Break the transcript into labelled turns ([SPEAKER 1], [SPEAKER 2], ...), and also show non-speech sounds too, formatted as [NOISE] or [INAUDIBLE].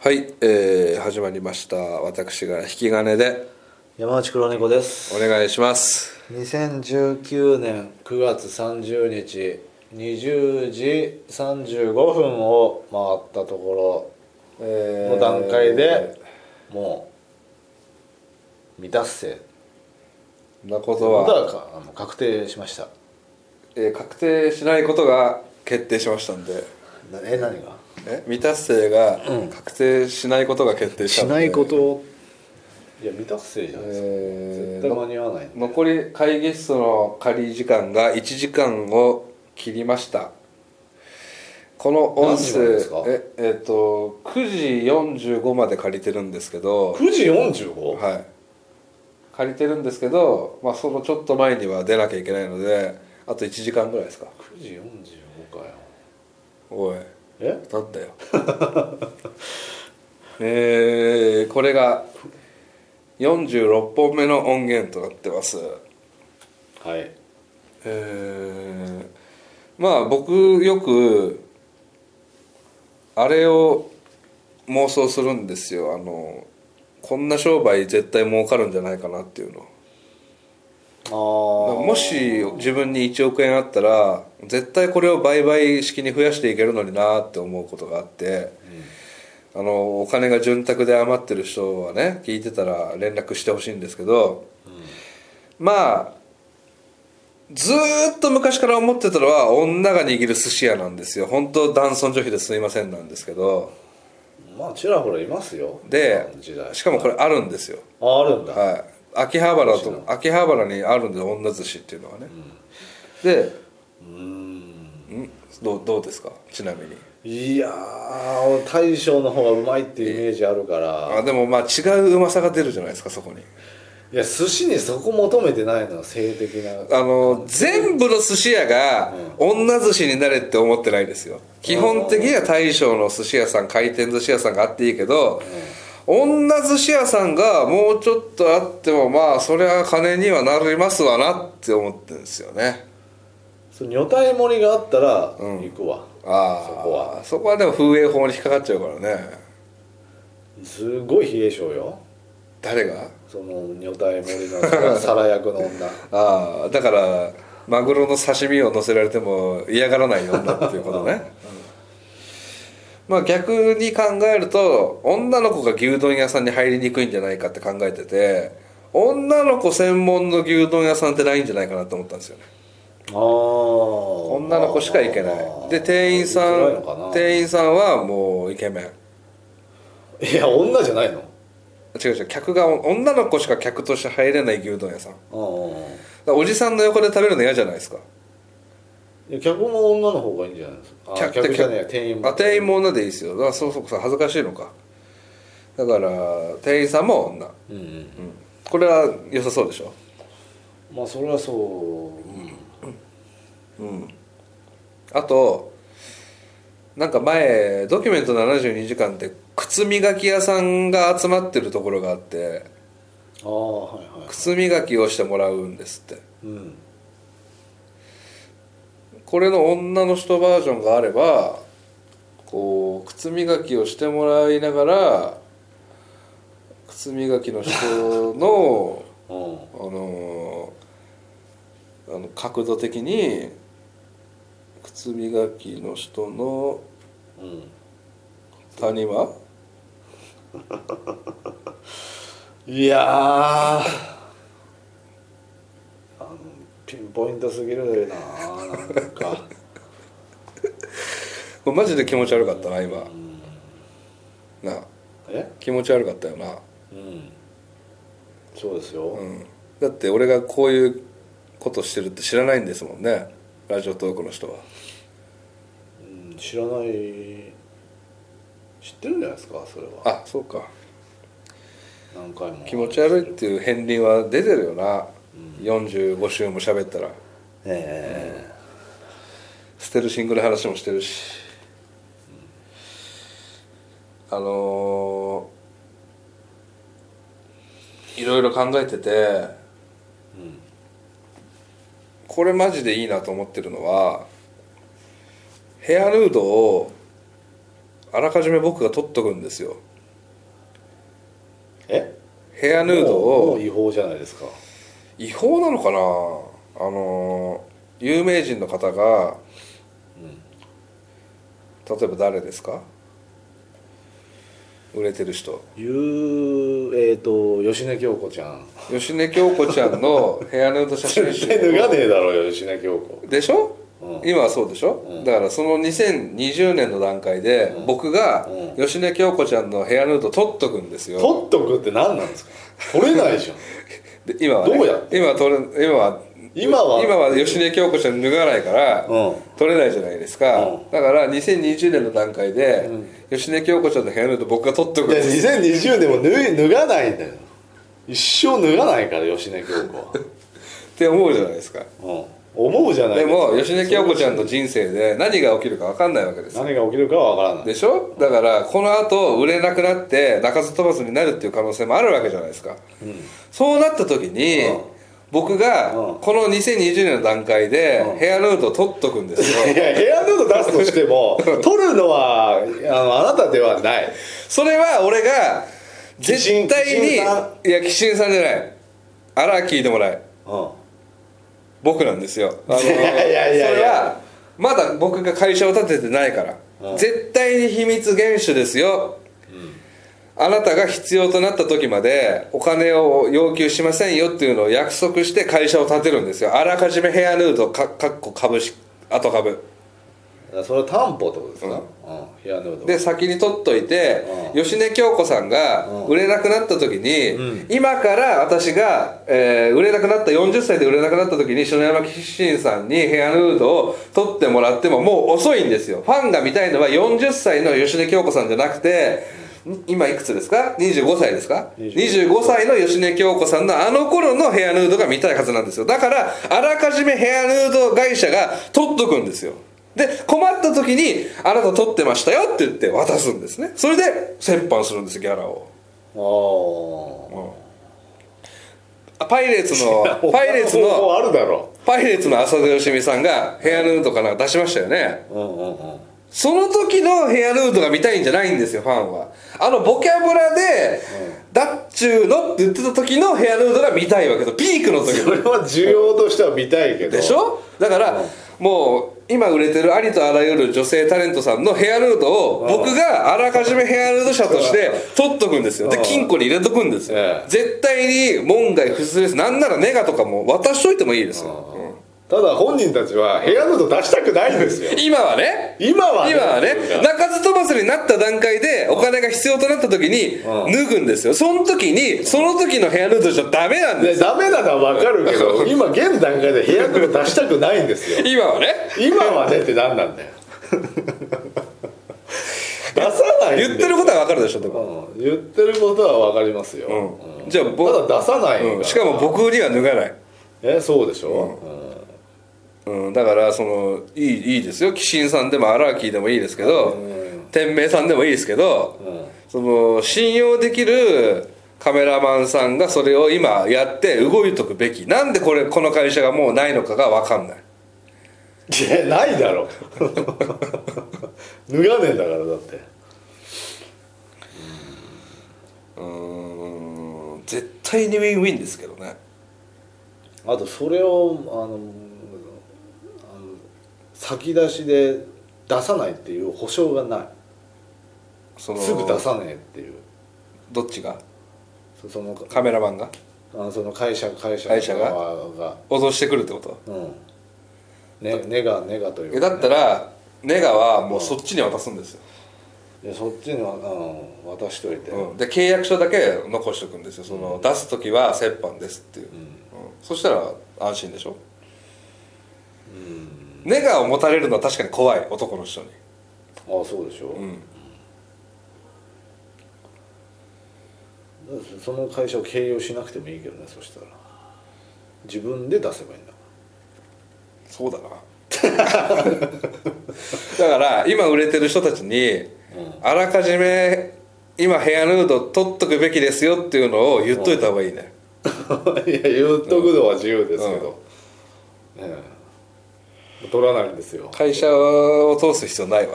[SPEAKER 1] はい、えー、始まりました私が引き金で
[SPEAKER 2] 山内黒猫です
[SPEAKER 1] お願いします
[SPEAKER 2] 2019年9月30日20時35分を回ったところの
[SPEAKER 1] の
[SPEAKER 2] 段階でもう未達成
[SPEAKER 1] そんなこと
[SPEAKER 2] ということ
[SPEAKER 1] は、
[SPEAKER 2] はかあの確定しました
[SPEAKER 1] えー確定しないことが決定しましたんで
[SPEAKER 2] なえ何が
[SPEAKER 1] え未達成が確定しないことが決定したんで、
[SPEAKER 2] といや未達成じゃないですか、
[SPEAKER 1] えー
[SPEAKER 2] 絶対間に合わないんで
[SPEAKER 1] 残り会議室の仮時間が1時間を切りましたこの音
[SPEAKER 2] 何時まで
[SPEAKER 1] 声
[SPEAKER 2] ですか
[SPEAKER 1] ええっと9時45まで借りてるんですけど
[SPEAKER 2] 9時 45?、
[SPEAKER 1] はい借りてるんですけど、まあ、そのちょっと前には出なきゃいけないのであと1時間ぐらいですか
[SPEAKER 2] 9時45かよ
[SPEAKER 1] おい
[SPEAKER 2] え
[SPEAKER 1] なんだよ [LAUGHS] えー、これが46本目の音源となってます
[SPEAKER 2] はい
[SPEAKER 1] えーまあ僕よくあれを妄想するんですよあのこんな商売絶対儲かるんじゃないかなっていうの
[SPEAKER 2] あ
[SPEAKER 1] だから
[SPEAKER 2] ー
[SPEAKER 1] もし自分に1億円あったら絶対これを売買式に増やしていけるのになって思うことがあってあのお金が潤沢で余ってる人はね聞いてたら連絡してほしいんですけどまあずーっと昔から思ってたのは女が握る寿司屋なんですよ本当男尊女卑ですいませんなんですけど
[SPEAKER 2] まあちらほらいますよ
[SPEAKER 1] で
[SPEAKER 2] 今の時代
[SPEAKER 1] しかもこれあるんですよ
[SPEAKER 2] ああるんだ、
[SPEAKER 1] はい秋葉原と秋葉原にあるんで女寿司っていうのはね、で
[SPEAKER 2] うーん
[SPEAKER 1] んどうどうですかちなみに
[SPEAKER 2] いやー大将の方がうまいっていうイメージあるから
[SPEAKER 1] あでもまあ違ううまさが出るじゃないですかそこに
[SPEAKER 2] いや寿司にそこ求めてないのは性的な
[SPEAKER 1] あの全部の寿司屋が女寿司になれって思ってないですよ基本的には大将の寿司屋さん回転寿司屋さんがあっていいけど、女寿司屋さんがもうちょっとあってもまあそりゃ金にはなりますわなって思ってるんですよね
[SPEAKER 2] その女体盛りがあったら行くわ、
[SPEAKER 1] ああ
[SPEAKER 2] そこは
[SPEAKER 1] そこはでも風営法に引っかかっちゃうからね
[SPEAKER 2] すごい冷え性よ
[SPEAKER 1] 誰が
[SPEAKER 2] その女体盛りの皿役の女
[SPEAKER 1] [LAUGHS] ああだからマグロの刺身を乗せられても嫌がらない女っていうことね、まあ逆に考えると女の子が牛丼屋さんに入りにくいんじゃないかって考えてて女の子専門の牛丼屋さんってないんじゃないかなと思ったんですよね
[SPEAKER 2] ああ女
[SPEAKER 1] 女の子しか行けないで店員さん店員さんはもうイケメン
[SPEAKER 2] いや女じゃないの
[SPEAKER 1] 違う違う客が女の子しか客として入れない牛丼屋さんだか
[SPEAKER 2] ああ
[SPEAKER 1] らおじさんの横で食べるの嫌じゃないですか
[SPEAKER 2] いや客も女の方がいいんじゃないですかあ
[SPEAKER 1] 客
[SPEAKER 2] 客じゃねえ店員も
[SPEAKER 1] あ店員も女でいいですよだからそうそうそう恥ずかしいのかだから店員さんも女、うん、
[SPEAKER 2] うんうん
[SPEAKER 1] これは良さそうでしょ
[SPEAKER 2] まあそれはそう、うん、
[SPEAKER 1] あとなんか前「ドキュメント72時間」って靴磨き屋さんが集まってるところがあって
[SPEAKER 2] ああはいはい
[SPEAKER 1] 靴磨きをしてもらうんですって
[SPEAKER 2] うん
[SPEAKER 1] これの女の人バージョンがあればこう靴磨きをしてもらいながら靴磨きの人の
[SPEAKER 2] うん
[SPEAKER 1] あのーあの角度的に靴磨きの人の
[SPEAKER 2] うん
[SPEAKER 1] 谷間
[SPEAKER 2] いやーあのピンポイントすぎるななん
[SPEAKER 1] [LAUGHS]
[SPEAKER 2] か
[SPEAKER 1] これマジで気持ち悪かったな今
[SPEAKER 2] うん
[SPEAKER 1] なあ
[SPEAKER 2] え
[SPEAKER 1] 気持ち悪かったよな、
[SPEAKER 2] うんそうですよ、
[SPEAKER 1] うん、だって俺がこういうことしてるって知らないんですもんねラジオトークの人は
[SPEAKER 2] うん、知らない知ってるんじゃないですかそれは
[SPEAKER 1] あそうか
[SPEAKER 2] 何回も
[SPEAKER 1] 気持ち悪いっていう片鱗は出てるよな、45週も喋ったら
[SPEAKER 2] え
[SPEAKER 1] 捨てるシングル話もしてるし、あのーいろいろ考えてて
[SPEAKER 2] えうん
[SPEAKER 1] これマジでいいなと思ってるのはヘアヌードをあらかじめ僕が取っとくんですよヘアヌード
[SPEAKER 2] もうも
[SPEAKER 1] を
[SPEAKER 2] う違法じゃないですか
[SPEAKER 1] 違法なのかなあのー有名人の方が、例えば誰ですか売れてる人
[SPEAKER 2] いうえっ、と芳根京子ちゃん
[SPEAKER 1] 芳根京子ちゃん
[SPEAKER 2] [LAUGHS]
[SPEAKER 1] のヘアヌード写真集
[SPEAKER 2] 絶対脱がねえだろうよ芳根京子
[SPEAKER 1] でしょ、
[SPEAKER 2] う
[SPEAKER 1] 今はそうでしょ、だからその2020年の段階で僕が芳根京子ちゃんのヘアヌード撮っとくんですよ
[SPEAKER 2] 取っとくって何なんですか取れない
[SPEAKER 1] [LAUGHS]
[SPEAKER 2] じゃん
[SPEAKER 1] で今は、ね、
[SPEAKER 2] どうやっ
[SPEAKER 1] 今は撮れ今は
[SPEAKER 2] 今は
[SPEAKER 1] 今は芳根京子ちゃん脱がないから、
[SPEAKER 2] うん
[SPEAKER 1] 撮れないじゃないですか、
[SPEAKER 2] うん
[SPEAKER 1] だから2020年の段階で、芳根京子ちゃんのヘアヌード僕が撮っとくん
[SPEAKER 2] いや
[SPEAKER 1] です
[SPEAKER 2] 2020年も脱い脱がないんだよ一生脱がないから芳根京
[SPEAKER 1] [LAUGHS]
[SPEAKER 2] 子は、
[SPEAKER 1] って思うじゃないですか
[SPEAKER 2] うん、思うじゃない
[SPEAKER 1] でも
[SPEAKER 2] か
[SPEAKER 1] 芳根京子ちゃんの人生で何が起きるか分かんないわけです
[SPEAKER 2] 何が起きるかは分からない
[SPEAKER 1] でしょだからこのあと売れなくなって鳴かず飛ばずになるっていう可能性もあるわけじゃないですか、そうなった時に、
[SPEAKER 2] うん
[SPEAKER 1] 僕が
[SPEAKER 2] うん
[SPEAKER 1] この2020年の段階でヘアヌードを取っとくんですよ、
[SPEAKER 2] [LAUGHS] いやヘアヌード出すとして
[SPEAKER 1] [LAUGHS]
[SPEAKER 2] も取るのはあのあなたではない
[SPEAKER 1] それは俺が絶対に
[SPEAKER 2] 鬼神鬼神
[SPEAKER 1] いや
[SPEAKER 2] さ
[SPEAKER 1] 鬼神さんじゃない荒木でもない
[SPEAKER 2] うん
[SPEAKER 1] 僕なんです
[SPEAKER 2] [LAUGHS]
[SPEAKER 1] よあの
[SPEAKER 2] いやいやいやいや
[SPEAKER 1] それはまだ僕が会社を立ててないから、
[SPEAKER 2] うん
[SPEAKER 1] 絶対に秘密厳守ですよ、あなたが必要となった時までお金を要求しませんよっていうのを約束して会社を立てるんですよあらかじめヘアヌードかかっこ株式後株
[SPEAKER 2] だからそれは担保ってことですか、うんヘアヌード
[SPEAKER 1] で先に取っといて、
[SPEAKER 2] う
[SPEAKER 1] 芳根京子さんが
[SPEAKER 2] うん
[SPEAKER 1] 売れなくなった時に、
[SPEAKER 2] うん
[SPEAKER 1] 今から私が、えー売れなくなった40歳で売れなくなった時に篠山紀信さんにヘアヌードを取ってもらってももう遅いんですよファンが見たいのは40歳の芳根京子さんじゃなくてん今いくつですか25歳ですか
[SPEAKER 2] 25
[SPEAKER 1] 25歳の芳根京子さんのあの頃のヘアヌードが見たいはずなんですよだからあらかじめヘアヌード会社が取っとくんですよで困った時に「あなた取ってましたよ」って言って渡すんですねそれで折半するんですギャラを
[SPEAKER 2] あ
[SPEAKER 1] あパイレーツ
[SPEAKER 2] [LAUGHS]
[SPEAKER 1] の
[SPEAKER 2] あ
[SPEAKER 1] パイレーツ
[SPEAKER 2] 方
[SPEAKER 1] の
[SPEAKER 2] 法あるだろ
[SPEAKER 1] パイレーツの浅田芳美さんがヘアヌードかなんか出しましたよね
[SPEAKER 2] うんうんうん
[SPEAKER 1] その時のヘアヌードが見たいんじゃないんですよファンはあのボキャブラで「だっちゅうの」って言ってた時のヘアヌードが見たいわけとピークの
[SPEAKER 2] [LAUGHS]
[SPEAKER 1] 時
[SPEAKER 2] それは需要としては見たいけど
[SPEAKER 1] でしょだから、もう今売れてるありとあらゆる女性タレントさんのヘアヌードを
[SPEAKER 2] うん
[SPEAKER 1] 僕があらかじめヘアヌード社として取っとくんですよで
[SPEAKER 2] うん
[SPEAKER 1] 金庫に入れとくんですよ
[SPEAKER 2] ええ
[SPEAKER 1] 絶対に門外不出ですなんならネガとかも渡しといてもいいですようん
[SPEAKER 2] ただ本人たちはヘアヌード出したくないんですよ
[SPEAKER 1] 今はね
[SPEAKER 2] 今は
[SPEAKER 1] 今はね鳴かず飛ばずになった段階でお金が必要となった時に
[SPEAKER 2] うん
[SPEAKER 1] 脱ぐんですよその時にその時のヘアヌードじゃダメなんで
[SPEAKER 2] ですダメなのは分かるけ
[SPEAKER 1] [LAUGHS]
[SPEAKER 2] ど今現段階でヘアヌード出したくないんですよ
[SPEAKER 1] 今はね
[SPEAKER 2] 今はねって何なんだ
[SPEAKER 1] [LAUGHS]
[SPEAKER 2] よ出さないん
[SPEAKER 1] 言ってることは分かるでしょでも
[SPEAKER 2] と、うん、言ってることは分かりますよ、
[SPEAKER 1] うん
[SPEAKER 2] うん
[SPEAKER 1] じゃあ僕
[SPEAKER 2] ただ出さないから、
[SPEAKER 1] うんしかも僕には脱がない
[SPEAKER 2] えそうでしょ、うん
[SPEAKER 1] うん、だからそのいいいいですよ鬼神さんでもアラーキーでもいいですけど、天明さんでもいいですけど、
[SPEAKER 2] ん
[SPEAKER 1] その信用できるカメラマンさんがそれを今やって動いとくべきなんでこれこの会社がもうないのかが分かんない
[SPEAKER 2] いやないだろ [LAUGHS] 脱がねえんだからだって
[SPEAKER 1] うーん絶対にウィンウィンですけどね
[SPEAKER 2] あとそれをあのあの先出しで出さないっていう保証がない
[SPEAKER 1] その
[SPEAKER 2] すぐ出さねえっていう
[SPEAKER 1] どっちが
[SPEAKER 2] そその
[SPEAKER 1] カメラマンが
[SPEAKER 2] あのその会社会社
[SPEAKER 1] 会社が
[SPEAKER 2] 側が
[SPEAKER 1] 脅してくるってこと
[SPEAKER 2] うんねネガネガという
[SPEAKER 1] え
[SPEAKER 2] か
[SPEAKER 1] だったらネガはもうそっちに渡すんですよ、
[SPEAKER 2] いやそっちにはあの渡しといて、
[SPEAKER 1] うん、で契約書だけ残しておくんですよその、出す時は折半ですっていう、うんそしたら安心でしょ、ネガを持たれるのは確かに怖い男の人に
[SPEAKER 2] ああそうでしょ、
[SPEAKER 1] うん
[SPEAKER 2] だってその会社を経営をしなくてもいいけどねそしたら自分で出せばいいんだ [LAUGHS] か
[SPEAKER 1] そうだな [LAUGHS] だから今売れてる人たちにあらかじめ今ヘアヌード取っとくべきですよっていうのを言っといた方がいいね、
[SPEAKER 2] らいや言っとくのは自由ですけど、ねえ取らないんですよ
[SPEAKER 1] 会社を通す必要ないわ